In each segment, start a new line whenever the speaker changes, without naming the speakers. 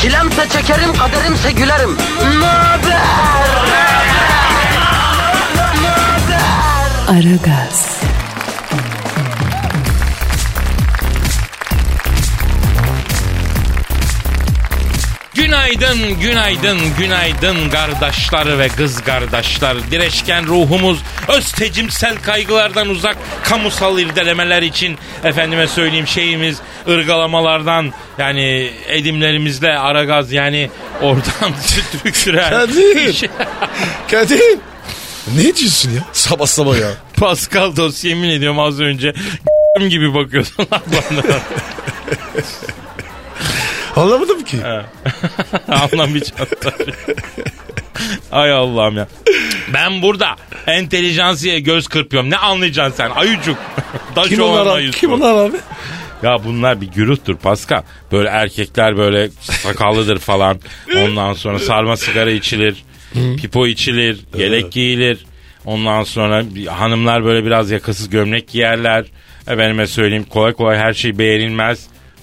Çilemse çekerim, kaderimse gülerim. Möber!
Aragaz,
Günaydın, günaydın, günaydın kardeşler ve kız kardeşler. Direşken ruhumuz öztecimsel kaygılardan uzak kamusal irdelemeler için efendime söyleyeyim şeyimiz ırgalamalardan yani edimlerimizle aragaz yani oradan tüküren.
Kadir. Kadir. Ne diyorsun ya? Sabah sabah ya.
Pascal dosya yemin ediyorum az önce gibi bakıyorsun lan bana.
Anlamadım ki.
Anlamayacaklar. Ay Allah'ım ya. Ben burada entelijansiye göz kırpıyorum. Ne anlayacaksın sen ayıcık? Daş
Kim
olan
onlar abi?
ayısı.
Kim onlar abi?
Ya bunlar bir gürültür Pascal. Böyle erkekler böyle sakallıdır falan. Ondan sonra sarma sigara içilir. pipo içilir. Yelek giyilir. Ondan sonra bir- hanımlar böyle biraz yakasız gömlek giyerler. Efendime söyleyeyim kolay kolay her şey beğenilmez.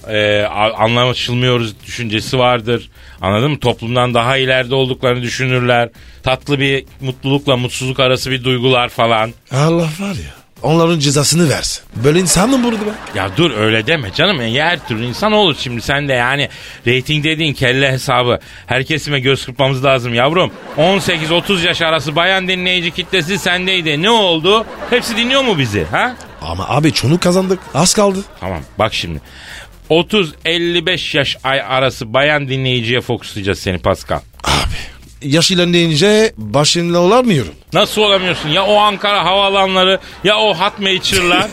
Ee, a- anlaşılmıyoruz düşüncesi vardır. Anladın mı? Toplumdan daha ileride olduklarını düşünürler. Tatlı bir mutlulukla mutsuzluk arası bir duygular falan.
Allah var ya. Onların cezasını versin. Böyle insan mı burada be?
Ya dur öyle deme canım. Ya her türlü insan olur şimdi sen de yani reyting dediğin kelle hesabı. Herkesime göz kırpmamız lazım yavrum. 18-30 yaş arası bayan dinleyici kitlesi sendeydi. Ne oldu? Hepsi dinliyor mu bizi? Ha?
Ama abi çonu kazandık. Az kaldı.
Tamam bak şimdi. 30-55 yaş ay arası bayan dinleyiciye fokuslayacağız seni Pascal.
Abi. Yaş ilerleyince başınla olamıyorum.
Nasıl olamıyorsun? Ya o Ankara havaalanları ya o hat Nature'lar.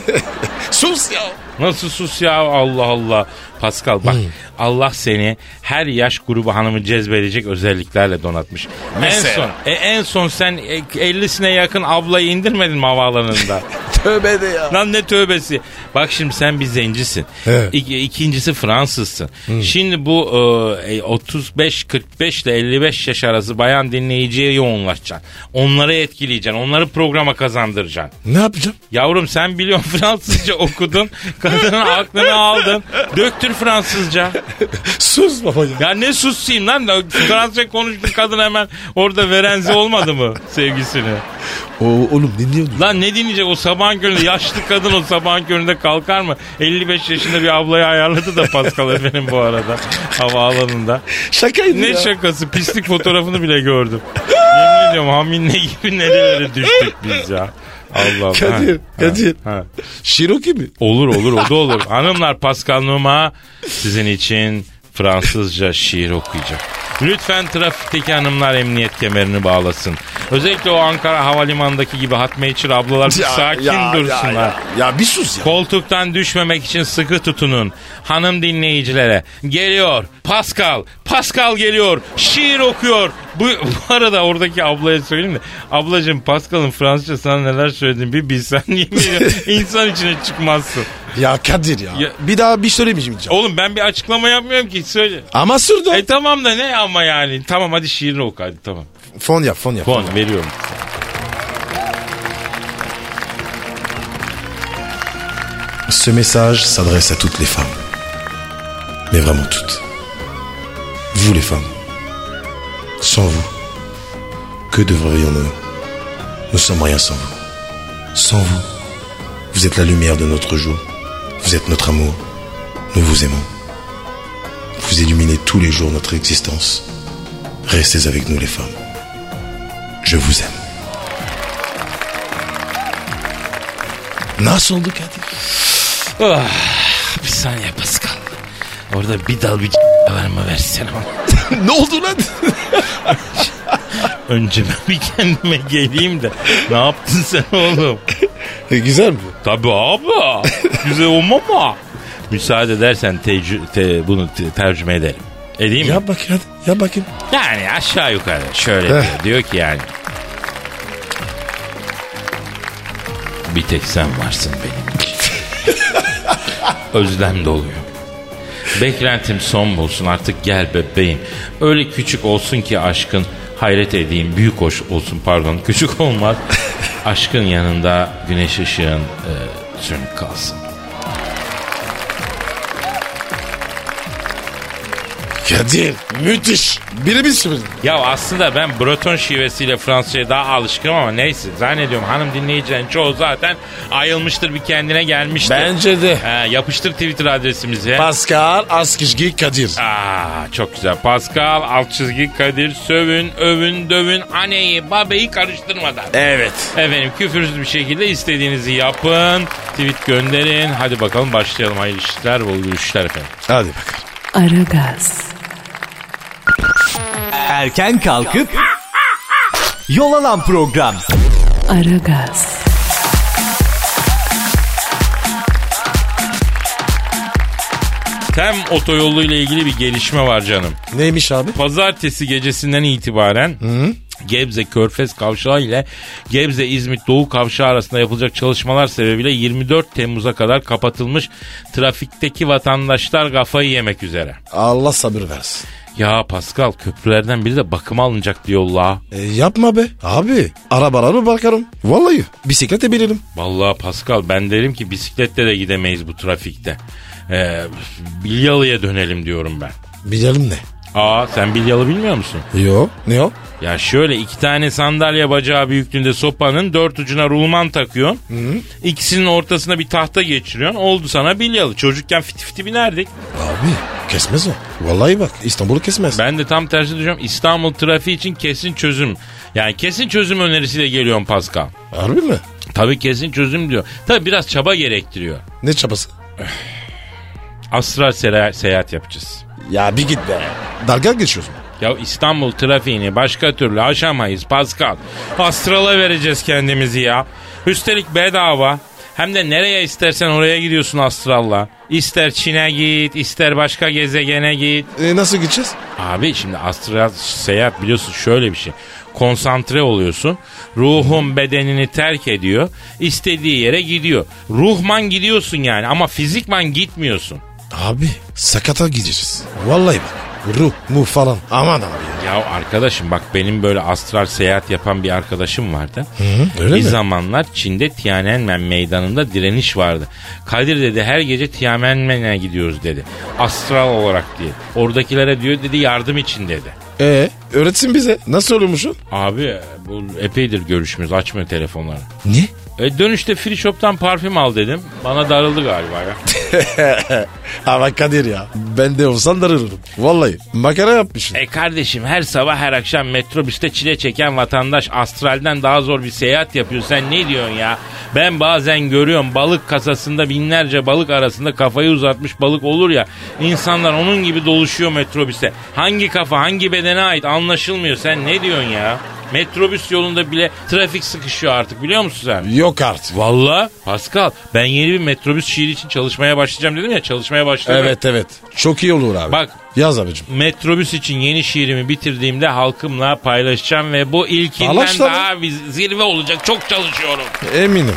Sus ya.
Nasıl sus ya Allah Allah. Pascal
Hmm.
bak Allah seni her yaş grubu hanımı cezbedecek özelliklerle donatmış. En son,
Mesela?
e, en son sen e, 50'sine yakın ablayı indirmedin mi havaalanında?
Tövbe de ya.
Lan ne tövbesi. Bak şimdi sen bir zencisin.
Evet. Hmm.
İki- ikincisi Fransızsın. Şimdi bu e, 35-45 ile 55 yaş arası bayan dinleyiciye yoğunlaşacaksın. Onları etkileyeceksin. Onları programa kazandıracaksın.
Ne yapacağım?
Yavrum sen biliyorsun Fransızca okudun. Kadının aklını aldın. Döktür Fransızca.
Sus baba ya.
Ya ne susayım lan? Fransızca konuştu kadın hemen orada verenzi olmadı mı sevgisini?
O, oğlum dinliyor musun?
Lan ne dinleyecek o sabahın köründe? Yaşlı kadın o sabahın köründe kalkar mı? 55 yaşında bir ablayı ayarladı da Pascal efendim bu arada havaalanında.
Şakaydı
Ne
ya.
şakası pislik fotoğrafını bile gördüm. Yemin ediyorum haminle gibi nerelere düştük biz ya. Allah Allah.
Kadir,
Ha,
Kadir.
ha, ha.
Şiroki mi?
Olur olur o da olur. Hanımlar Pascal Numa sizin için Fransızca şiir okuyacak. Lütfen trafikteki hanımlar emniyet kemerini bağlasın. Özellikle o Ankara havalimanındaki gibi hatmeyçir ablalar bir sakin dursunlar.
Ya, ya bir sus ya.
Koltuktan düşmemek için sıkı tutunun. Hanım dinleyicilere geliyor. Pascal, Pascal geliyor. Şiir okuyor. Bu, bu arada oradaki ablaya söyleyeyim de. Ablacığım Pascal'ın Fransızca sana neler söylediğini bir bilsen yemin ediyorum insan içine çıkmazsın.
Ya Kadir ya.
Ya-
Bir daha bir şey söylemeyeceğim.
Oğlum ben bir açıklama yapmıyorum ki söyle.
Ama sürdü.
E tamam da ne ama yani. Tamam hadi şiirini oku hadi tamam.
Fon yap fon yap.
Puan veriyorum.
Ce message s'adresse à toutes les femmes. Mais vraiment toutes. Vous les femmes. Sans vous, que devrions-nous Nous sommes rien sans vous. Sans vous, vous êtes la lumière de notre jour. Vous êtes notre amour. Nous vous aimons. Vous illuminez tous les jours notre existence. Restez avec nous les femmes. Je vous aime. Nasıl oldu Kadir?
Ah, bir saniye Pascal. Orada bir dal bir var mı versene bana.
ne oldu lan?
Önce ben bir kendime geleyim de. Ne yaptın sen oğlum?
güzel mi?
Tabii abla. Güzel olma ama. Müsaade edersen tecrü- te- bunu te- tercüme edelim. Edeyim mi?
Yap bakayım hadi. Yap bakayım.
Yani aşağı yukarı şöyle diyor.
Eh.
Diyor ki yani. Bir tek sen varsın benim için. Özlem doluyor. Beklentim son bulsun artık gel bebeğim. Öyle küçük olsun ki aşkın hayret edeyim. Büyük hoş olsun pardon küçük olmaz. aşkın yanında güneş ışığın e, sönük kalsın.
Kadir müthiş. Birebir şimdi.
Ya aslında ben Breton şivesiyle Fransızca'ya daha alışkınım ama neyse. Zannediyorum hanım dinleyicilerin çoğu zaten ayılmıştır bir kendine gelmiştir.
Bence de.
He, yapıştır Twitter adresimizi.
Pascal Askizgi Kadir.
Aa, çok güzel. Pascal, alt çizgi Kadir, sövün, övün, dövün, aneyi, babeyi karıştırmadan.
Evet.
Efendim küfürsüz bir şekilde istediğinizi yapın. Tweet gönderin. Hadi bakalım başlayalım. Hayırlı işler, bol görüşler efendim.
Hadi bakalım.
Aragaz,
Erken kalkıp yol alan program.
Aragaz,
Tem otoyolu ile ilgili bir gelişme var canım.
Neymiş abi?
Pazartesi gecesinden itibaren Gebze Körfez Kavşağı ile Gebze İzmit Doğu Kavşağı arasında yapılacak çalışmalar sebebiyle 24 Temmuz'a kadar kapatılmış trafikteki vatandaşlar kafayı yemek üzere.
Allah sabır versin.
Ya Pascal köprülerden biri de bakıma alınacak diyor la.
E, yapma be. Abi arabalara mı bakarım? Vallahi bisiklete binerim.
Vallahi Pascal ben derim ki bisikletle de gidemeyiz bu trafikte. Ee, Bilyalı'ya dönelim diyorum ben.
Binerim ne?
Aa sen Bilyalı bilmiyor musun?
Yo. Ne o?
Ya şöyle iki tane sandalye bacağı büyüklüğünde sopanın dört ucuna rulman takıyorsun. İkisinin ortasına bir tahta geçiriyorsun. Oldu sana bilyalı. Çocukken fiti fiti binerdik.
Abi kesmez o. Vallahi bak İstanbul'u kesmez.
Ben de tam tersi düşünüyorum. İstanbul trafiği için kesin çözüm. Yani kesin çözüm önerisiyle geliyorum Pascal.
Harbi mi?
Tabii kesin çözüm diyor. Tabii biraz çaba gerektiriyor.
Ne çabası?
Astral sera- seyahat yapacağız.
Ya bir git be. Dalga geçiyorsun.
Ya İstanbul trafiğini başka türlü aşamayız Pascal. Astrala vereceğiz kendimizi ya. Üstelik bedava. Hem de nereye istersen oraya gidiyorsun astralla. İster Çin'e git, ister başka gezegene git.
E, nasıl gideceğiz?
Abi şimdi astral seyahat biliyorsun şöyle bir şey. Konsantre oluyorsun. Ruhun bedenini terk ediyor. İstediği yere gidiyor. Ruhman gidiyorsun yani ama fizikman gitmiyorsun.
Abi sakata gideceğiz. Vallahi bak. Ruh, mu falan. Aman abi ya.
Ya arkadaşım bak benim böyle astral seyahat yapan bir arkadaşım vardı.
öyle mi?
bir zamanlar Çin'de Tiananmen meydanında direniş vardı. Kadir dedi her gece Tiananmen'e gidiyoruz dedi. Astral olarak diye. Oradakilere diyor dedi yardım için dedi.
E öğretsin bize. Nasıl oluyormuşsun?
Abi bu epeydir görüşmüyoruz açmıyor telefonları.
Ne?
E dönüşte free shop'tan parfüm al dedim. Bana darıldı galiba ya.
Ama Kadir ya. Ben de olsan darılırım. Vallahi makara yapmışsın.
E kardeşim her sabah her akşam metrobüste çile çeken vatandaş astralden daha zor bir seyahat yapıyor. Sen ne diyorsun ya? Ben bazen görüyorum balık kasasında binlerce balık arasında kafayı uzatmış balık olur ya. İnsanlar onun gibi doluşuyor metrobüste. Hangi kafa hangi bedene ait anlaşılmıyor. Sen ne diyorsun ya? Metrobüs yolunda bile trafik sıkışıyor artık biliyor musun sen?
Yok artık.
Valla Pascal ben yeni bir metrobüs şiiri için çalışmaya başlayacağım dedim ya çalışmaya başladım.
Evet evet. Çok iyi olur abi.
Bak.
Yaz abicim.
Metrobüs için yeni şiirimi bitirdiğimde halkımla paylaşacağım ve bu ilkinden
Paylaş lan.
daha bir zirve olacak. Çok çalışıyorum.
Eminim.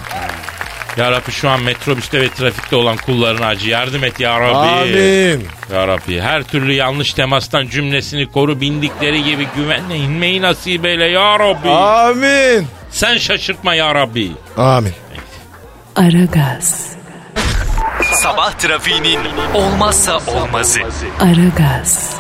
Ya Rabbi şu an metrobüste ve trafikte olan kullarına acı. Yardım et ya Rabbi.
Amin.
Ya Rabbi her türlü yanlış temastan cümlesini koru. Bindikleri gibi güvenle inmeyi nasip eyle ya Rabbi.
Amin.
Sen şaşırtma ya Rabbi.
Amin.
Aragaz,
Sabah trafiğinin olmazsa olmazı.
Aragaz,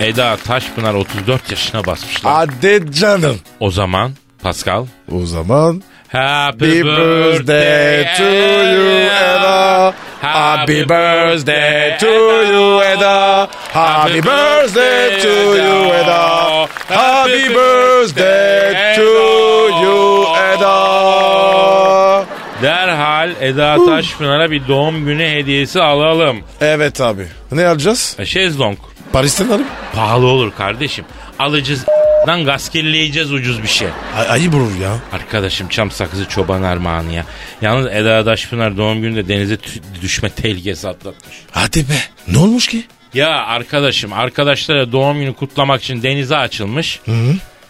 Eda Taşpınar 34 yaşına basmışlar.
Hadi canım.
o zaman Pascal
O zaman
Happy
Happy birthday to you Eda. Happy birthday to you Eda. Happy birthday to you Eda. Happy birthday to you Eda.
Derhal Eda Taşpınar'a bir doğum günü hediyesi alalım.
Evet abi. Ne alacağız?
E, Şezlong.
Paris'ten alayım.
Pahalı olur kardeşim. Alacağız Lan gaskelleyeceğiz ucuz bir şey.
Ay- ayıp olur ya.
Arkadaşım çam sakızı çoban armağanı ya. Yalnız Eda Daşpınar doğum gününde denize tü- düşme tehlikesi atlatmış.
Hadi be. Ne olmuş ki?
Ya arkadaşım arkadaşlara doğum günü kutlamak için denize açılmış.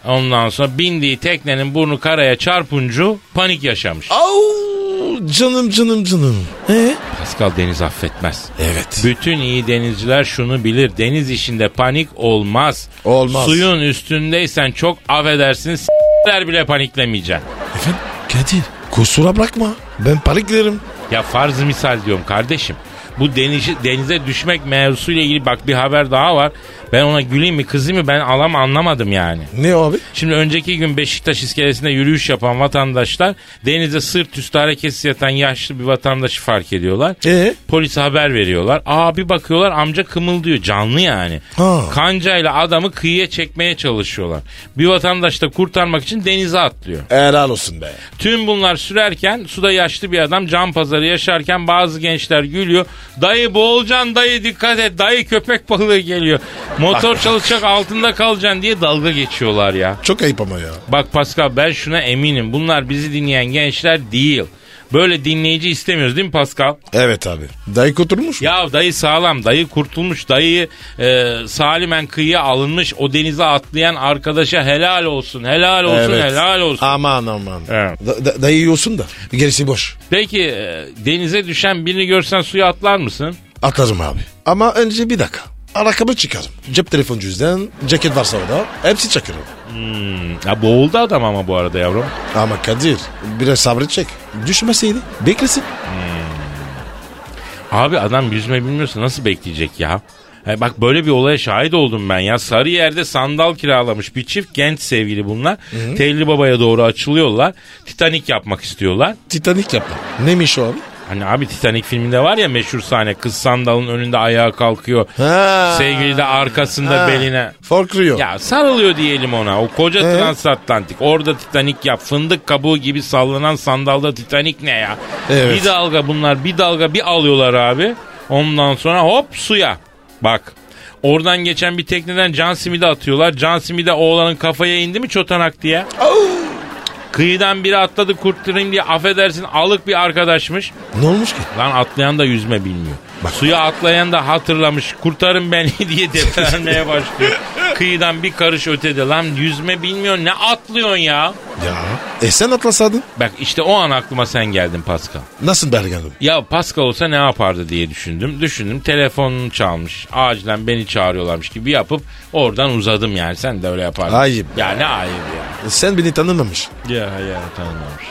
Ondan sonra bindiği teknenin burnu karaya çarpuncu panik yaşamış.
Au canım canım canım. Ee?
Pascal deniz affetmez.
Evet.
Bütün iyi denizciler şunu bilir. Deniz işinde panik olmaz.
Olmaz.
Suyun üstündeysen çok affedersin. S**ler bile paniklemeyeceksin.
Efendim Kadir kusura bakma. Ben paniklerim.
Ya farz misal diyorum kardeşim. Bu deniz, denize düşmek mevzusuyla ilgili bak bir haber daha var. Ben ona güleyim mi kızayım mı ben alam anlamadım yani.
Ne o abi?
Şimdi önceki gün Beşiktaş iskelesinde yürüyüş yapan vatandaşlar denize sırt üstü hareketsiz yatan yaşlı bir vatandaşı fark ediyorlar.
Ee?
Polise haber veriyorlar. Aa bir bakıyorlar amca kımıldıyor canlı yani.
Ha.
Kancayla adamı kıyıya çekmeye çalışıyorlar. Bir vatandaş da kurtarmak için denize atlıyor.
Helal olsun be.
Tüm bunlar sürerken suda yaşlı bir adam can pazarı yaşarken bazı gençler gülüyor. Dayı boğulacaksın dayı dikkat et dayı köpek balığı geliyor. Motor çalışacak altında kalacaksın diye dalga geçiyorlar ya.
Çok ayıp ama ya.
Bak Pascal ben şuna eminim bunlar bizi dinleyen gençler değil. Böyle dinleyici istemiyoruz değil mi Pascal?
Evet abi. Dayı oturmuş mu?
Ya dayı sağlam, dayı kurtulmuş, dayı e, salimen kıyıya alınmış. O denize atlayan arkadaşa helal olsun, helal olsun,
Evet.
helal olsun.
Aman aman.
Evet.
Da- da- dayı yiyorsun da. Gerisi boş.
Peki e, denize düşen birini görsen suya atlar mısın?
Atlarım abi. Ama önce bir dakika. Ayakkabı çıkarım. Cep telefon cüzdan, ceket varsa orada. Hepsi çakırım.
Ya boğuldu adam ama bu arada yavrum.
Ama Kadir biraz sabredecek. Düşmeseydi beklesin.
Abi adam yüzme bilmiyorsa nasıl bekleyecek ya? E bak böyle bir olaya şahit oldum ben ya. Sarıyer'de sandal kiralamış bir çift genç sevgili bunlar. Telli Baba'ya doğru açılıyorlar. Titanik yapmak istiyorlar.
Titanik yapma. Neymiş o abi?
Hani abi Titanik filminde var ya meşhur sahne. Kız sandalın önünde ayağa kalkıyor.
Ha.
Sevgili de arkasında
Ha.
beline.
Folklore.
Ya sarılıyor diyelim ona. O koca transatlantik. Orada Titanik yap. Fındık kabuğu gibi sallanan sandalda Titanik ne ya?
Evet.
Bir dalga bunlar bir dalga bir alıyorlar abi. Ondan sonra hop suya. Bak. Oradan geçen bir tekneden Can Smith'i atıyorlar. Can Smith'e oğlanın kafaya indi mi çotanak diye. Kıyıdan biri atladı kurtturayım diye affedersin alık bir arkadaşmış.
Ne olmuş ki?
Lan atlayan da yüzme bilmiyor.
Bak.
Suya atlayan da hatırlamış. Kurtarın beni diye deprelenmeye başlıyor. Kıyıdan bir karış ötede. Lan yüzme bilmiyorsun ne atlıyorsun ya?
Ya. E sen atlasaydın.
Bak işte o an aklıma sen geldin Pascal.
Nasıl bergendim?
Ya Pascal olsa ne yapardı diye düşündüm. Düşündüm telefonunu çalmış. Acilen beni çağırıyorlarmış gibi yapıp oradan uzadım yani. Sen de öyle yapardın.
Ayıp.
Ya ne ayıp ya.
Sen beni tanımamış.
Ya ya tanımamış.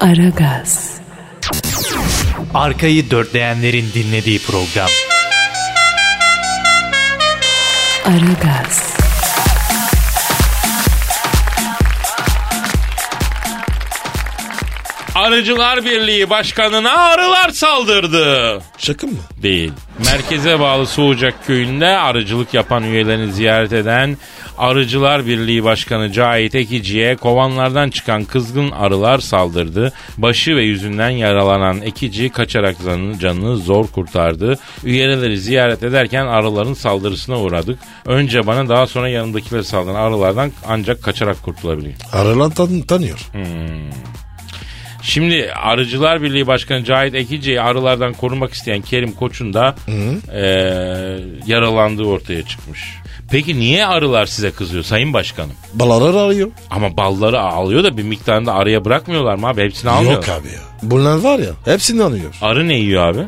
Aragaz,
Arkayı dörtleyenlerin dinlediği program.
Aragaz,
Arıcılar Birliği Başkanı'na arılar saldırdı.
Şaka mı?
Değil. Merkeze bağlı Suucak köyünde arıcılık yapan üyelerini ziyaret eden Arıcılar Birliği Başkanı Cahit Ekici'ye kovanlardan çıkan kızgın arılar saldırdı. Başı ve yüzünden yaralanan Ekici kaçarak canını, canını zor kurtardı. Üyeleri ziyaret ederken arıların saldırısına uğradık. Önce bana daha sonra yanımdakileri saldıran arılardan ancak kaçarak kurtulabiliyor.
Aralan tan- tanıyor.
Şimdi Arıcılar Birliği Başkanı Cahit Ekici'yi arılardan korumak isteyen Kerim Koç'un da eee, yaralandığı ortaya çıkmış. Peki niye arılar size kızıyor Sayın Başkanım?
Balalar arıyor.
Ama balları alıyor da bir miktarını da arıya bırakmıyorlar mı abi? Hepsini almıyor.
Yok abi ya. Bunlar var ya hepsini anıyor.
Arı ne yiyor abi?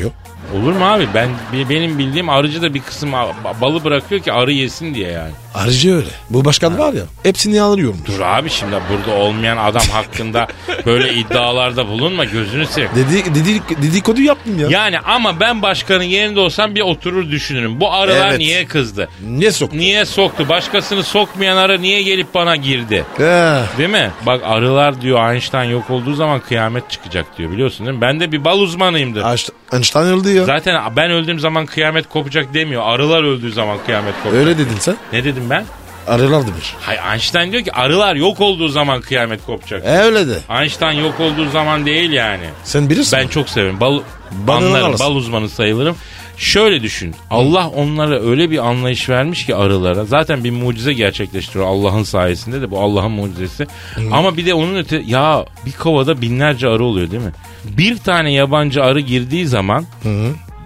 Yok.
Olur mu abi? Ben bi- benim bildiğim arıcı da bir kısım a- ba- balı bırakıyor ki arı yesin diye yani.
Arıcı öyle. Bu başkan var ya hepsini alıyormuş.
Dur abi şimdi burada olmayan adam hakkında böyle iddialarda bulunma gözünü seveyim.
Dedi, dedi, dedikodu yaptım ya.
Yani ama ben başkanın yerinde olsam bir oturur düşünürüm. Bu arılar
Evet.
niye kızdı?
Niye soktun?
Niye soktu? Başkasını sokmayan arı niye gelip bana girdi?
He.
Değil mi? Bak arılar diyor Einstein yok olduğu zaman kıyamet çıkacak diyor biliyorsun değil mi? Ben de bir bal uzmanıyımdır.
Einstein- Einstein öldü ya.
Zaten ben öldüğüm zaman kıyamet kopacak demiyor. Arılar öldüğü zaman kıyamet kopacak.
Öyle dedin sen.
Ne dedim ben?
Arılar demiş.
Hayır Einstein diyor ki arılar yok olduğu zaman kıyamet kopacak.
E öyle de.
Einstein yok olduğu zaman değil yani.
Sen bilirsin.
Ben çok severim. Bal,
Bal
anlarım.
alırsın.
Bal uzmanı sayılırım. Şöyle düşün. Allah onlara öyle bir anlayış vermiş ki arılara. Zaten bir mucize gerçekleştiriyor Allah'ın sayesinde de bu Allah'ın mucizesi. Ama bir de onun öte ya bir kovada binlerce arı oluyor değil mi? Bir tane yabancı arı girdiği zaman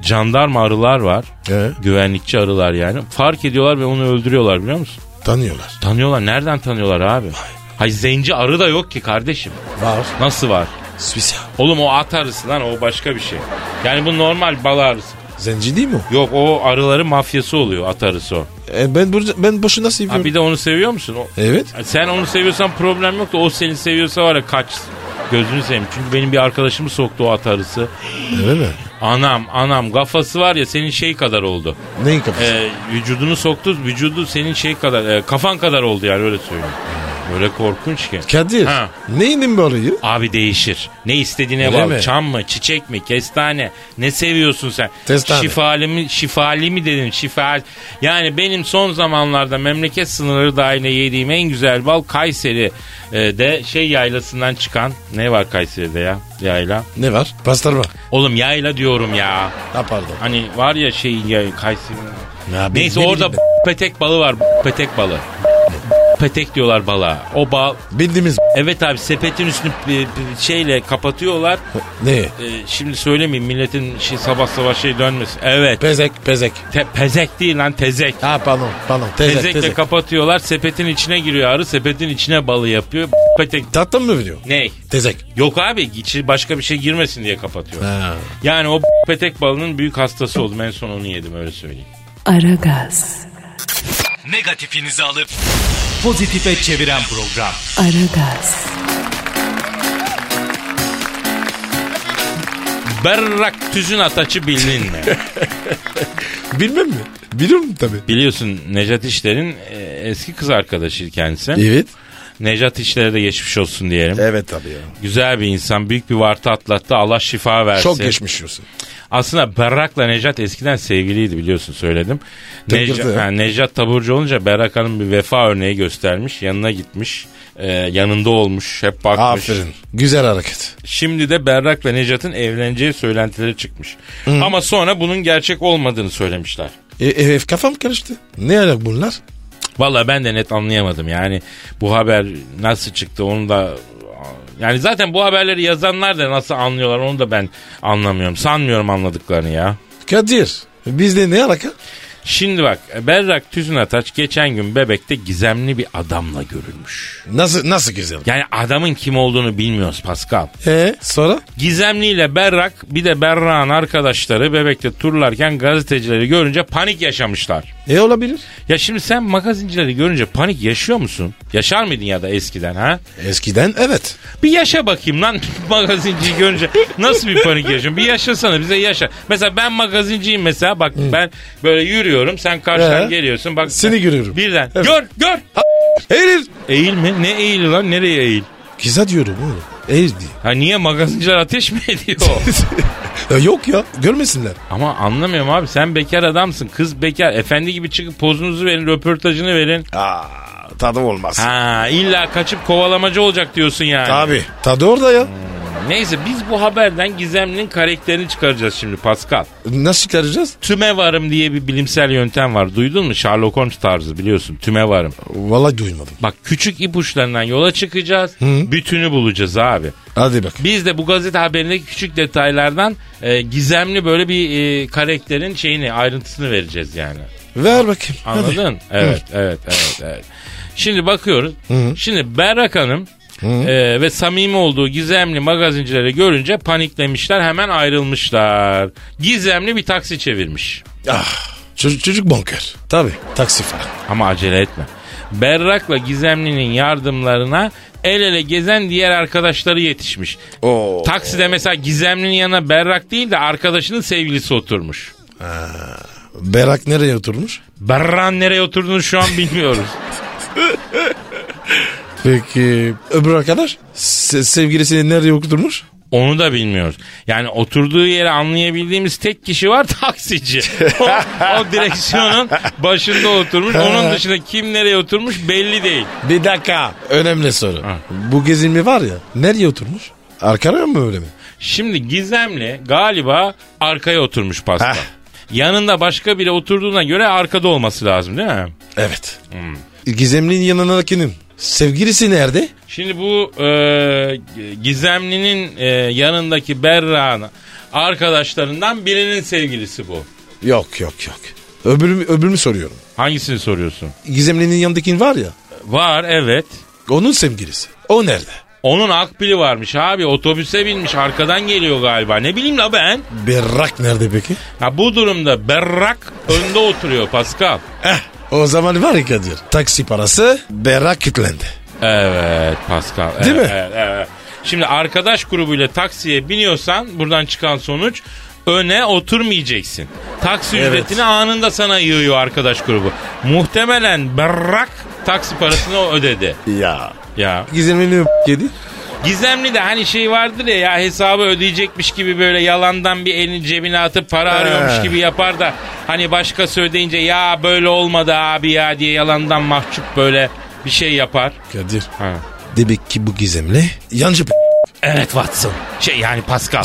jandarma arılar var.
He.
Güvenlikçi arılar yani. Fark ediyorlar ve onu öldürüyorlar biliyor musun?
Tanıyorlar.
Tanıyorlar. Nereden tanıyorlar abi? Hay zenci arı da yok ki kardeşim.
Var.
Nasıl var?
Suisse.
Oğlum o at arısı lan o başka bir şey. Yani bu normal bal arısı.
Zenci değil mi o?
Yok o arıların mafyası oluyor at arısı o.
E, ben, burca- ben boşuna seviyorum.
Ha, bir de onu seviyor musun? O-
Evet.
Sen onu seviyorsan problem yok da o seni seviyorsa var ya kaç. Gözünü seveyim. Çünkü benim bir arkadaşımı soktu o at arısı.
Öyle mi?
Anam anam kafası var ya senin şey kadar oldu.
Neyin kafası?
Ee, vücudunu soktu vücudu senin şey kadar e, kafan kadar oldu yani öyle söyleyeyim. Öyle korkunç ki.
Kadir.
Ha.
Neyinin bari?
Abi değişir. Ne istediğine
Öyle
bağlı.
mi?
Çam mı, çiçek mi, kestane? Ne seviyorsun sen?
Kestane.
Şifali mi, şifali mi dedin? Şifa. Yani benim son zamanlarda memleket sınırı dahilinde yediğim en güzel bal Kayseri e, de şey yaylasından çıkan. Ne var Kayseri'de ya? Yayla.
Ne var? Pastırma.
Oğlum yayla diyorum ya.
Ha pardon.
Hani var ya şey ya, Kayseri'nin.
Ya ben-
Neyse
ne
orada
bileyim
petek balı var. Petek balı. Petek diyorlar bala. O bal.
ben. Bildiğimiz
Evet abi sepetin üstünü e, e, şeyle kapatıyorlar.
ne?
Ee, şimdi söylemeyeyim milletin şey, sabah sabah şey dönmesin. Evet.
Pezek, pezek.
Te- pezek değil lan tezek.
Ha pardon, pardon. Tezek,
Tezekle
tezek.
kapatıyorlar. Sepetin içine giriyor arı. Sepetin içine balı yapıyor. Petek.
Tattın mı video?
Ney?
Tezek.
Yok abi içi başka bir şey girmesin diye kapatıyor.
Ha.
Yani o petek balının büyük hastası oldum. En son onu yedim öyle söyleyeyim.
Aragaz.
Negatifinizi alıp pozitife çeviren program.
Aragaz.
Berrak tüzün ataçı bildin mi?
Bilmem mi? Biliyorum tabii.
Biliyorsun Necat İşler'in e, eski kız arkadaşı kendisi.
Evet.
Necat İşler'e de geçmiş olsun diyelim.
Evet tabii ya.
Güzel bir insan. Büyük bir vartı atlattı. Allah şifa versin.
Çok geçmiş olsun.
Aslında Berrak'la Necat eskiden sevgiliydi biliyorsun söyledim.
Tıngırdı.
Necat, ha, Necat taburcu olunca Berrak Hanım bir vefa örneği göstermiş. Yanına gitmiş. e, yanında olmuş. Hep bakmış.
Aferin. Güzel hareket.
Şimdi de Berrak ve Necat'ın evleneceği söylentileri çıkmış. Ama sonra bunun gerçek olmadığını söylemişler.
E, e, kafam karıştı. Ne alak bunlar?
Valla ben de net anlayamadım yani bu haber nasıl çıktı onu da yani zaten bu haberleri yazanlar da nasıl anlıyorlar onu da ben anlamıyorum. Sanmıyorum anladıklarını ya.
Kadir. Bizde ne alaka?
Şimdi bak Berrak Tüzün Ataç geçen gün bebekte gizemli bir adamla görülmüş.
Nasıl nasıl güzel?
Yani adamın kim olduğunu bilmiyoruz Pascal.
E sonra?
Gizemli ile Berrak bir de Berrak'ın arkadaşları bebekte turlarken gazetecileri görünce panik yaşamışlar.
E olabilir.
Ya şimdi sen magazincileri görünce panik yaşıyor musun? Yaşar mıydın ya da eskiden ha?
Eskiden evet.
Bir yaşa bakayım lan magazinciyi görünce nasıl bir panik yaşıyorsun? Bir yaşasana bize yaşa. Mesela ben magazinciyim mesela bak ben böyle yürüyorum sen karşıdan
Ee?
geliyorsun bak.
Seni görüyorum.
Birden
Evet.
gör gör.
Eğilir.
Eğil mi? Ne eğili lan nereye eğil?
Kıza diyorum oğlum. Eğil diye.
Ha niye magazinciler ateş mi ediyor?
Ya E, yok ya. Görmesinler.
Ama anlamıyorum abi sen bekar adamsın kız bekar efendi gibi çıkıp pozunuzu verin röportajını verin.
Ah. Aa, tadı olmaz.
Ha illa kaçıp kovalamacı olacak diyorsun yani.
Tabii. Tadı orada ya.
Neyse biz bu haberden Gizemli'nin karakterini çıkaracağız şimdi Pascal.
Nasıl çıkaracağız?
Tüme varım diye bir bilimsel yöntem var. Duydun mu? Sherlock Holmes tarzı biliyorsun. Tüme varım.
Vallahi duymadım.
Bak küçük ipuçlarından yola çıkacağız. Bütünü bulacağız abi.
Hadi bak.
Biz de bu gazete haberindeki küçük detaylardan e, gizemli böyle bir e, karakterin şeyini ayrıntısını vereceğiz yani.
Ver bakayım. Hadi.
Anladın? Evet, evet, evet, evet. Şimdi bakıyoruz. Şimdi Berrak Hanım e, ve samimi olduğu gizemli magazincileri görünce paniklemişler, hemen ayrılmışlar. Gizemli bir taksi çevirmiş.
Ah, çocuk, çocuk banker. Tabii. Taksi falan.
Ama acele etme. Berrak'la Gizemli'nin yardımlarına el ele gezen diğer arkadaşları yetişmiş.
Oo.
Takside mesela Gizemli'nin yanına Berrak değil de arkadaşının sevgilisi oturmuş.
Berak nereye oturmuş?
Berrak'ın nereye oturduğunu şu an bilmiyoruz.
Peki öbür arkadaş se- sevgilisini nereye oturmuş?
Onu da bilmiyoruz. Yani oturduğu yeri anlayabildiğimiz tek kişi var taksici. O, o direksiyonun başında oturmuş. Onun dışında kim nereye oturmuş belli değil.
Bir dakika. Önemli soru. Bu gezinme var ya nereye oturmuş? Arkaya mı öyle mi?
Şimdi Gizemli galiba arkaya oturmuş pasta.
Heh.
Yanında başka biri oturduğuna göre arkada olması lazım değil mi?
Evet. Gizemli'nin yanına kinim. Sevgilisi nerede?
Şimdi bu e, Gizemli'nin e, yanındaki Berra'nın arkadaşlarından birinin sevgilisi bu.
Yok yok yok. Öbürü, öbürünü soruyorum.
Hangisini soruyorsun?
Gizemli'nin yanındakin var ya.
Var evet.
Onun sevgilisi. O nerede?
Onun akbili varmış abi otobüse binmiş arkadan geliyor galiba ne bileyim la ben.
Berrak nerede peki?
Ha, bu durumda berrak önde oturuyor Pascal.
Eh, o zaman var ya Kadir. Taksi parası Berrak kitlendi.
Evet Pascal.
Değil
evet,
mi?
Evet, evet. Şimdi arkadaş grubuyla taksiye biniyorsan buradan çıkan sonuç öne oturmayacaksın. Taksi ücretini anında sana yığıyor arkadaş grubu. Muhtemelen berrak taksi parasını o ödedi.
Ya.
Ya
Gizemli'nin yedi.
Gizemli de hani şey vardır ya, ya hesabı ödeyecekmiş gibi böyle yalandan bir elini cebine atıp para arıyormuş gibi yapar da hani başkası ödeyince ya böyle olmadı abi ya diye yalandan mahcup böyle bir şey yapar.
Kadir.
Ha.
Demek ki bu gizemli yancı p-
Evet Watson. Şey yani Pascal.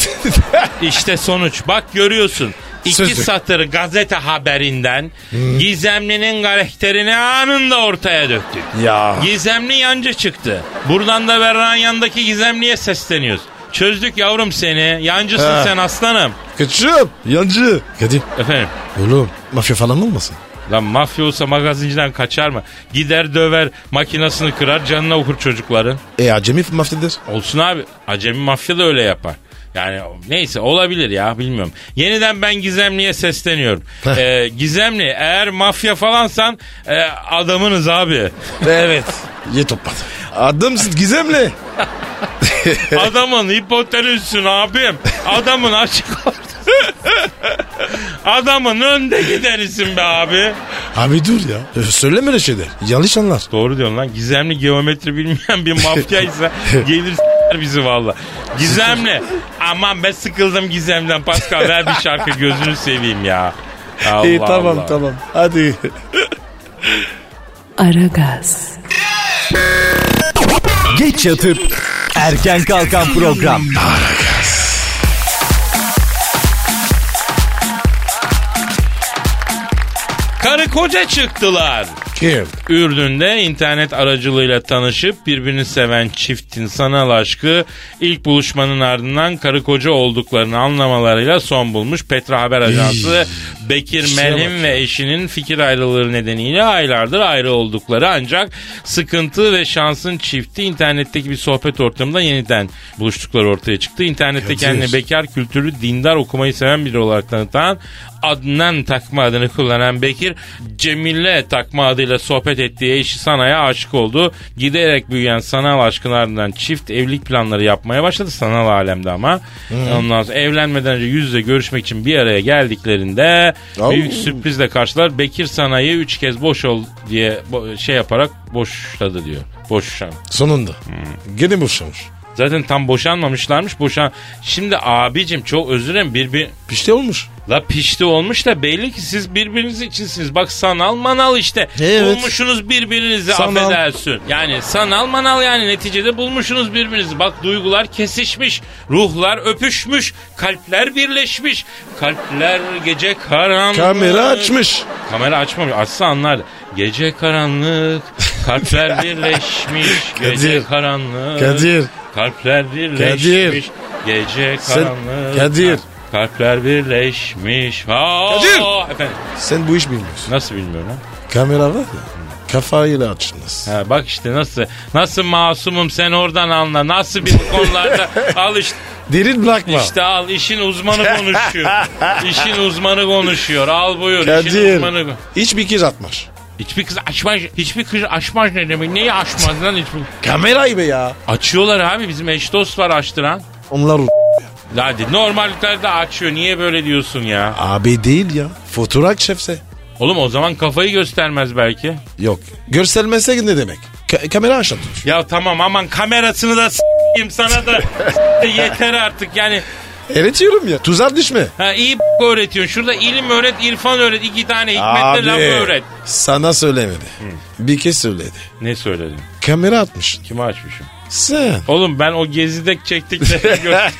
işte sonuç. Bak görüyorsun. İki
Sözlük.
satır gazete haberinden Gizemli'nin karakterini anında ortaya döktük.
Ya.
Gizemli yancı çıktı. Buradan da Berra'nın yanındaki Gizemli'ye sesleniyoruz. Çözdük yavrum seni. Yancısın
Ha.
sen aslanım.
Kaçım. Yancı. Kadir.
Efendim.
Oğlum mafya falan olmasın?
Lan mafya olsa magazinciden kaçar mı? Gider döver, makinasını kırar, canına okur çocukların.
E acemi mafyadır.
Olsun abi. Acemi mafya da öyle yapar. Yani neyse olabilir ya bilmiyorum. Yeniden ben Gizemli'ye sesleniyorum.
Heh.
Ee, Gizemli eğer mafya falansan e, adamınız abi.
Evet. Ye topladı. Adamsın gizemli.
Adamın hipotenüsün abim. Adamın açık ortası. Adamın önde giderisin be abi.
Abi dur ya. Ö, Söyleme öyle şeyler. Yanlış anlar.
Doğru diyorsun lan. Gizemli geometri bilmeyen bir mafyaysa gelir s**ler bizi valla. Gizemli. Aman ben sıkıldım Gizem'den Pascal ver bir şarkı gözünü seveyim ya. Allah Allah.
E, tamam. Hadi.
Aragaz,
Geç yatıp erken kalkan program.
Karı koca çıktılar.
Kim?
Ürdün'de internet aracılığıyla tanışıp birbirini seven çiftin sanal aşkı ilk buluşmanın ardından karı koca olduklarını anlamalarıyla son bulmuş. Petra Haber Ajansı Bekir
İşine
Melhim
bak
ve eşinin fikir ayrılığı nedeniyle aylardır ayrı oldukları ancak sıkıntı ve şansın çifti internetteki bir sohbet ortamında yeniden buluştukları ortaya çıktı. İnternette
Kadir.
kendini bekar kültürlü dindar okumayı seven biri olarak tanıtan Adnan takma adını kullanan Bekir Cemile takma adıyla sohbet ettiği eşi Sana'ya aşık oldu. Giderek büyüyen sanal aşkın ardından çift evlilik planları yapmaya başladı sanal alemde ama. Ondan sonra evlenmeden önce yüz yüze görüşmek için bir araya geldiklerinde
Au.
büyük sürprizle karşılar. Bekir Sana'yı üç kez boş ol diye bo- şey yaparak boşladı diyor. Boşan.
Sonunda.
Hmm.
Gene boşamış.
Zaten tam boşanmamışlarmış. Boşan. Şimdi abicim çok özür dilerim. Birbir
Pişti olmuş.
La pişti olmuş da belli ki siz birbiriniz içinsiniz. Bak sanal manal işte.
Evet.
Bulmuşsunuz birbirinizi
Sanal.
affedersin. Yani sanal manal yani neticede bulmuşsunuz birbirinizi. Bak duygular kesişmiş. Ruhlar öpüşmüş. Kalpler birleşmiş. Kalpler gece karanlık.
Kamera açmış.
Kamera açmamış. Açsa anlardı. Gece karanlık. Kalpler birleşmiş. Gece
Kadir.
karanlık.
Kadir.
Kalpler birleşmiş.
Kadir.
Gece
Sen-
karanlık.
Kadir.
Kalpler birleşmiş. Ha,
Kadir!
Efendim,
Sen bu iş bilmiyorsun.
nasıl bilmiyorum lan?
Kamera var ya. Kafayla açınız.
Ha, bak işte nasıl nasıl masumum sen oradan anla. Nasıl bir bu konularda al işte,
Derin bırakma.
işte al işin uzmanı konuşuyor. İşin uzmanı konuşuyor. Al buyur işin
Kadir.
uzmanı. kon-
Hiçbir kez atmış.
Hiçbir kız açmaz, hiçbir kız açmaz ne demek? Neyi açmaz lan hiçbir?
Kamerayı be ya.
Açıyorlar abi bizim eş dost var açtıran.
Onlar o-
Hadi normalliklerde açıyor. Niye böyle diyorsun ya?
abi değil ya. Fotoğraf şefse.
Oğlum o zaman kafayı göstermez belki.
Yok. Görselmese ne demek? Ka- kamera aşağı tutmuş.
Ya tamam aman kamerasını da s**eyim sana da s**eyim, yeter artık yani.
Öğretiyorum ya. Tuzar düşme.
Ha, iyi b- öğretiyorsun. Şurada ilim öğret, irfan öğret. iki tane hikmetle laf öğret.
Sana söylemedi. Bir kez söyledi.
Ne söyledin?
Kamera atmış.
Kime açmışım?
Sen.
Oğlum ben o gezide çektikleri gör-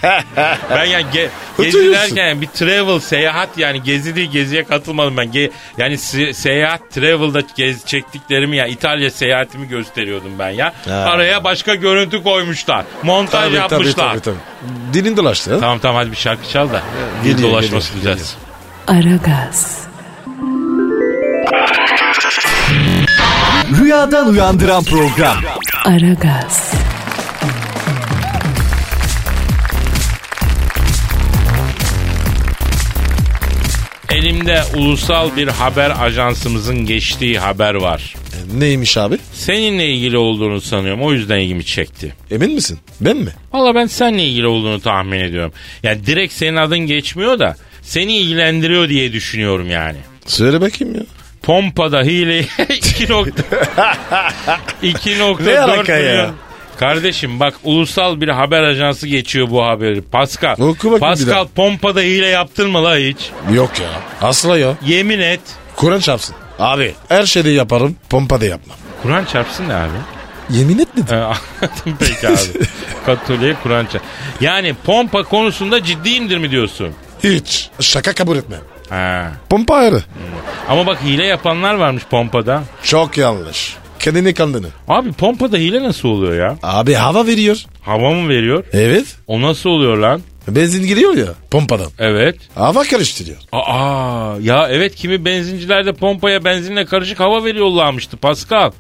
ben yani ge- gezi
Oturuyorsun.
derken yani bir travel seyahat yani gezi değil geziye katılmadım ben. Ge- yani se- seyahat travel'da gez çektiklerimi ya İtalya seyahatimi gösteriyordum ben ya. Araya başka görüntü koymuşlar. Montaj yapmışlar.
tabii. Dilin dolaştı. ha?
Tamam tamam hadi bir şarkı çal da dil
Geliyor,
dolaşması
geliyor,
güzel.
Aragaz,
Rüyadan uyandıran program.
Aragaz,
Elimde ulusal bir haber ajansımızın geçtiği haber var.
E, Neymiş abi?
Seninle ilgili olduğunu sanıyorum o yüzden ilgimi çekti.
Emin misin? Ben mi?
Valla ben seninle ilgili olduğunu tahmin ediyorum. Yani direkt senin adın geçmiyor da seni ilgilendiriyor diye düşünüyorum yani.
Söyle bakayım ya.
Pompada hile 2 nokta 2.4
Ne alaka ya?
milyon. Kardeşim bak ulusal bir haber ajansı geçiyor bu haberi. Pascal.
Oku bakayım bir daha.
Pascal pompada hile yaptın mı la hiç?
Yok ya. Asla ya.
Yemin et.
Kur'an çarpsın. Abi. Her şeyde yaparım. Pompa da yapmam.
Kur'an çarpsın ne abi?
Yemin et dedim.
Ee, Anladım peki abi. Katoliğe Kur'an çarp. Yani pompa konusunda ciddiyimdir mi diyorsun?
Hiç. Şaka kabul etmem.
Ha.
Pompa ayrı.
Ama bak hile yapanlar varmış pompada.
Çok yanlış. Kendini kandını.
Abi pompada hile nasıl oluyor ya?
Abi hava veriyor.
Hava mı veriyor?
Evet.
O nasıl oluyor lan?
Benzin giriyor ya pompadan.
Evet.
Hava karıştırıyor.
Aa ya evet kimi benzincilerde pompaya benzinle karışık hava veriyorlarmıştı Pascal.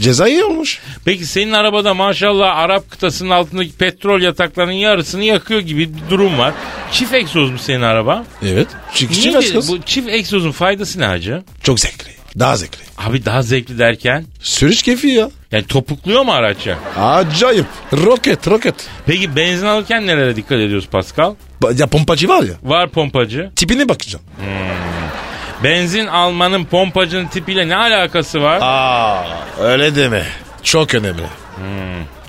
Cezayı olmuş.
Peki senin arabada maşallah Arap kıtasının altındaki petrol yataklarının yarısını yakıyor gibi bir durum var. Çift egzoz mu senin araba?
Evet. Çıkışçı
Niye
başkası.
bu çift egzozun faydası ne hacı?
Çok zevkli. Daha zevkli.
Abi daha zevkli derken
Sürüş keyfi ya.
yani topukluyor mu araç ya?
Acayip. Roket roket.
Peki benzin alırken nelere dikkat ediyoruz Pascal?
Ba- Ya pompacı var ya.
Var pompacı.
Tipine bakacağım.
Benzin almanın pompacının tipiyle ne alakası var?
Aa öyle deme. Hmm. Çok önemli.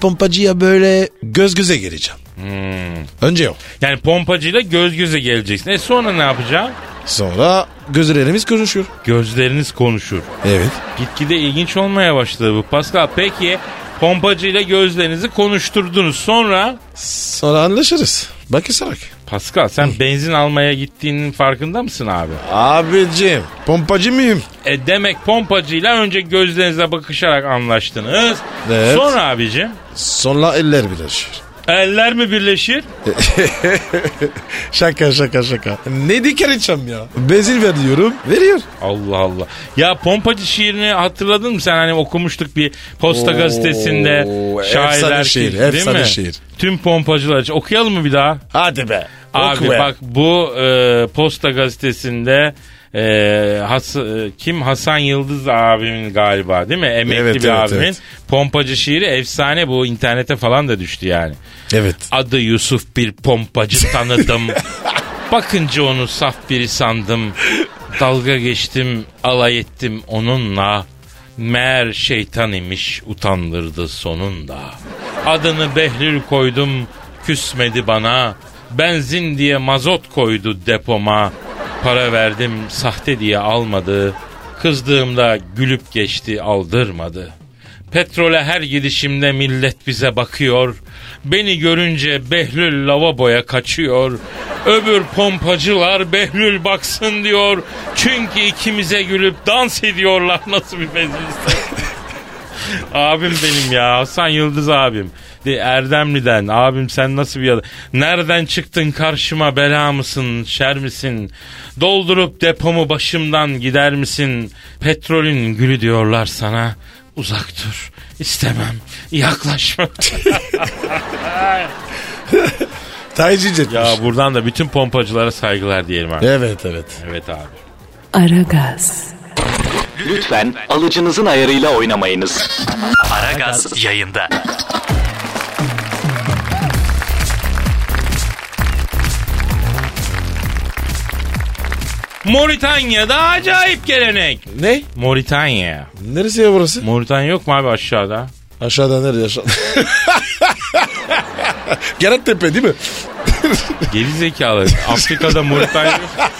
Pompacıya böyle göz göze geleceğim. Hmm. Önce o.
Yani pompacıyla göz göze geleceksin. E sonra ne yapacaksın?
Sonra gözlerimiz konuşuyor.
Gözleriniz konuşur.
Evet.
Gitgide ilginç olmaya başladı bu Pascal. Peki pompacıyla gözlerinizi konuşturdunuz. Sonra
Sonra anlaşırız. Bakışarak.
Pascal sen benzin almaya gittiğinin farkında mısın abi?
Abicim pompacı mıyım?
E demek pompacıyla önce gözlerinize bakışarak anlaştınız.
Evet.
Sonra abicim
Sonra eller birleşiyor.
eller mi birleşir?
Şaka şaka şaka. Ne diker içeceğim ya? Benzin ver diyorum. Veriyor.
Allah Allah. Ya pompacı şiirini hatırladın mı sen hani okumuştuk bir posta gazetesinde şairler
efsane şiir,
değil
efsane
mi?
şiir.
Tüm pompacılar için. Okuyalım mı bir daha?
Hadi be.
Abi
Oku be.
bak bu e, posta gazetesinde e, Has- e, kim Hasan Yıldız abimin galiba değil mi? Emekli
Evet,
bir
evet,
abimin.
evet.
Pompacı şiiri efsane bu internete falan da düştü yani.
Evet.
Adı Yusuf bir pompacı tanıdım. Bakınca onu saf biri sandım. Dalga geçtim, alay ettim onunla. Meğer şeytan imiş utandırdı sonunda. Adını Behlül koydum, küsmedi bana. Benzin diye mazot koydu depoma. Para verdim, sahte diye almadı. Kızdığımda gülüp geçti, aldırmadı. Petrole her gidişimde millet bize bakıyor. Beni görünce Behlül lavaboya kaçıyor. Öbür pompacılar Behlül baksın diyor. Çünkü ikimize gülüp dans ediyorlar. Nasıl bir meclis? abim benim ya Hasan Yıldız abim. De Erdemli'den abim sen nasıl bir adam. Nereden çıktın karşıma bela mısın şer misin? Doldurup depomu başımdan gider misin? Petrolün gülü diyorlar sana. Uzak dur istemem yaklaşma.
Taycı cetmiş.
ya buradan da bütün pompacılara saygılar diyelim abi.
Evet evet.
Evet abi.
Aragaz,
Lütfen alıcınızın ayarıyla oynamayınız. Aragaz yayında.
Moritanya'da acayip gelenek.
Ne?
Moritanya.
Neresi ya burası?
Moritanya yok mu abi aşağıda?
Aşağıda nerede aşağı? Gerektepe değil mi?
Geri zekalı. Afrika'da Moritanya yok.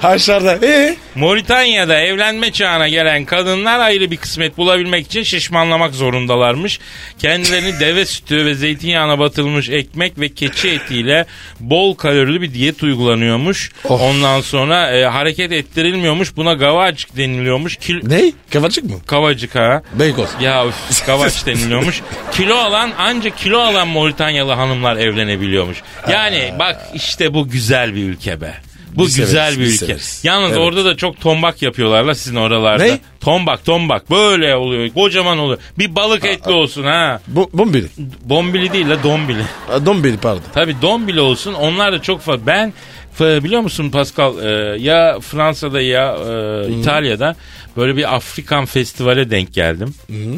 Haşlarda. Ee?
Moritanya'da evlenme çağına gelen kadınlar ayrı bir kısmet bulabilmek için şişmanlamak zorundalarmış. Kendilerini deve sütü ve zeytinyağına batılmış ekmek ve keçi etiyle bol kalorili bir diyet uygulanıyormuş.
Of.
Ondan sonra e, hareket ettirilmiyormuş. Buna gavacık deniliyormuş. Kil-
Ne? Kavacık mı?
Kavacık ha.
Beykoz.
Ya üf, kavaç deniliyormuş. kilo alan anca kilo alan Moritanyalı hanımlar evlenebiliyormuş. Yani bak işte bu güzel bir ülke be. Bu
Biz
güzel
severiz,
bir
biz
ülke.
severiz.
Yalnız
Evet.
orada da çok tombak yapıyorlarla sizin oralarda.
Ne?
Tombak tombak böyle oluyor. Kocaman oluyor. Bir balık etli olsun ha.
Bu, bombili.
Bombili değil la dombili.
Aa, Dombili pardon.
Tabi don bile olsun onlar da çok fazla. Ben f- biliyor musun Pascal e, ya Fransa'da ya e, İtalya'da böyle bir Afrikan festivale denk geldim.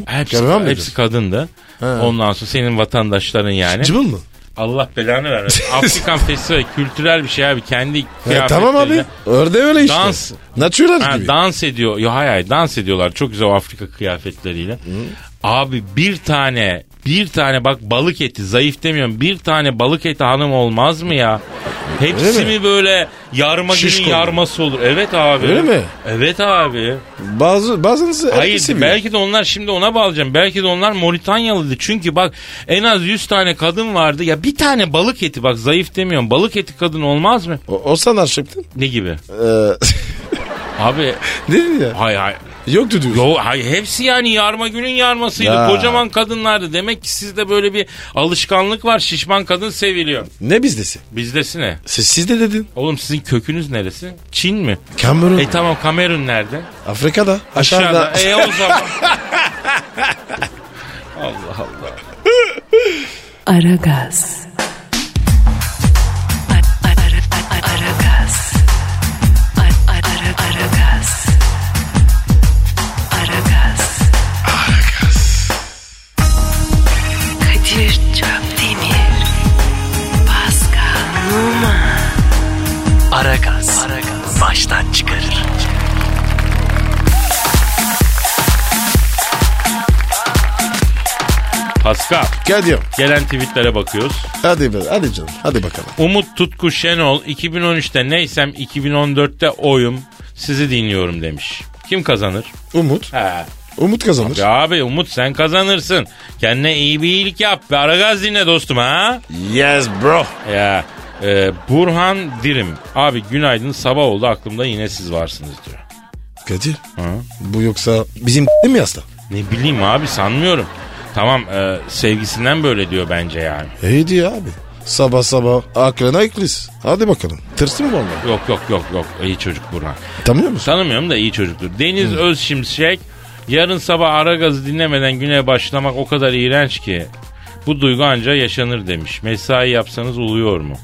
Hepsi,
Görmüyor muydun?
hepsi kadındı. Ondan sonra senin vatandaşların yani.
Cıbıl mı?
Allah belanı vermesin. Afrikan festivali kültürel bir şey abi. Kendi
Ya, E, tamam abi.
kıyafetleriyle-
Örde öyle işte.
Dans.
Natural
Ha,
gibi.
dans ediyor. Yo hayır hayır dans ediyorlar. Çok güzel o Afrika kıyafetleriyle. Abi bir tane bir tane bak balık eti zayıf demiyorum. Bir tane balık eti hanım olmaz mı ya? Hepsi
Öyle mi?
mi böyle yarma
Şişko
günün
mu?
yarması olur? Evet abi.
Öyle mi?
Evet abi.
Bazı, bazınız erkek
Hayır
seviyor.
belki de onlar şimdi ona bağlayacağım. Belki de onlar Moritanyalıydı. Çünkü bak en az 100 tane kadın vardı. Ya bir tane balık eti bak zayıf demiyorum. Balık eti kadın olmaz mı?
O, o sana çıktın.
Ne gibi?
Ee,
Abi
ne dedi ya?
hay hay.
Yoktu diyorsun.
Yo hayır hepsi yani yarma günün yarmasıydı.
Ya.
Kocaman kadınlardı. Demek ki sizde böyle bir alışkanlık var. Şişman kadın seviliyor.
Ne bizdesi?
Bizdesi ne?
Siz, siz de dedin.
Oğlum sizin kökünüz neresi? Çin mi?
Kamerun.
E tamam Kamerun nerede?
Afrika'da. Aşağıda.
E o zaman.
Aragaz. Aragaz. Aragaz. Aragaz. Kadir Çöptemir. Pascal Numa.
Aragaz. Baştan çıkarır.
Pascal
Kadir.
gelen tweetlere bakıyoruz.
Hadi, be- hadi canım. Hadi bakalım.
Umut Tutku Şenol 2013'te neysem 2014'te oyum sizi dinliyorum demiş. Kim kazanır?
Umut.
He.
Umut kazanır.
Ya abi Umut sen kazanırsın. Kendine iyi bir iyilik yap ve Aragaz dinle dostum ha.
Yes bro.
Ya e, Burhan Dirim. Abi günaydın sabah oldu aklımda yine siz varsınız diyor.
Kadir. Bu yoksa bizim değil mi yasta?
Ne bileyim abi sanmıyorum. Tamam e, sevgisinden böyle diyor bence yani.
İyi diyor abi. Sabah sabah aklına eklis. Hadi bakalım. Tırsı mı vallahi?
Yok yok yok yok iyi çocuk Burhan.
Tanıyor musun?
Tanımıyorum da iyi çocuktur. Deniz Özşimşek yarın sabah Aragaz'ı dinlemeden güne başlamak o kadar iğrenç ki. Bu duygu anca yaşanır demiş. Mesai yapsanız oluyor mu?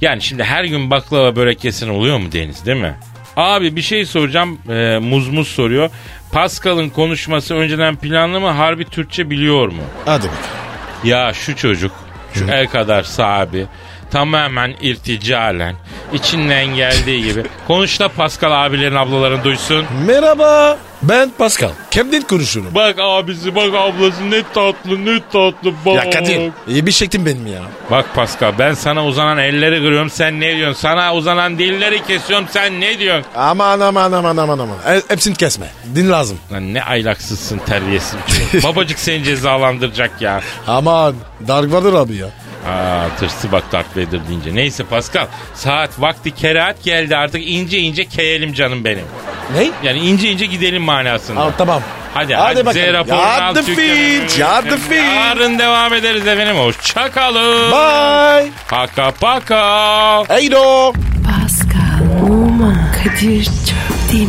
Yani şimdi her gün baklava börek yesen oluyor mu Deniz değil mi? Abi bir şey soracağım. Ee, muzmuz soruyor. Pascal'ın konuşması önceden planlı mı? Harbi Türkçe biliyor mu?
Hadi bakalım.
Ya şu çocuk şu el kadar sahibi tamamen irticalen içinden geldiği gibi konuş da Pascal abilerin ablaların duysun.
Merhaba. Ben Pascal. Kemden konuşuyorum.
Bak abisi bak ablası ne tatlı ne tatlı bak.
Ya Kadir. İyi bir çektin benim ya.
Bak Pascal ben sana uzanan elleri kırıyorum sen ne diyorsun? Sana uzanan dilleri kesiyorum sen ne diyorsun?
Aman aman aman aman aman. E, hepsini kesme. Din lazım.
Lan ne aylaksızsın terbiyesiz bir çocuk. Babacık seni cezalandıracak ya.
Aman. Dark vardır abi ya.
Aa tırsı bak Darth Vader deyince. Neyse Pascal saat vakti kerahat geldi artık ince ince keyelim canım benim.
Ne?
Yani ince ince gidelim manasında.
Aa, tamam.
Hadi
Hadi
hadi,
bakalım.
Z raporunu
Yard
al
the
Türkiye'den.
feet, yard the feet.
Yarın devam ederiz efendim. Hoşçakalın.
Bye.
Paka paka.
Hey dog.
Pascal Numa. Kadir Çöptemir.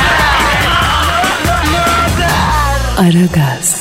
Aragaz.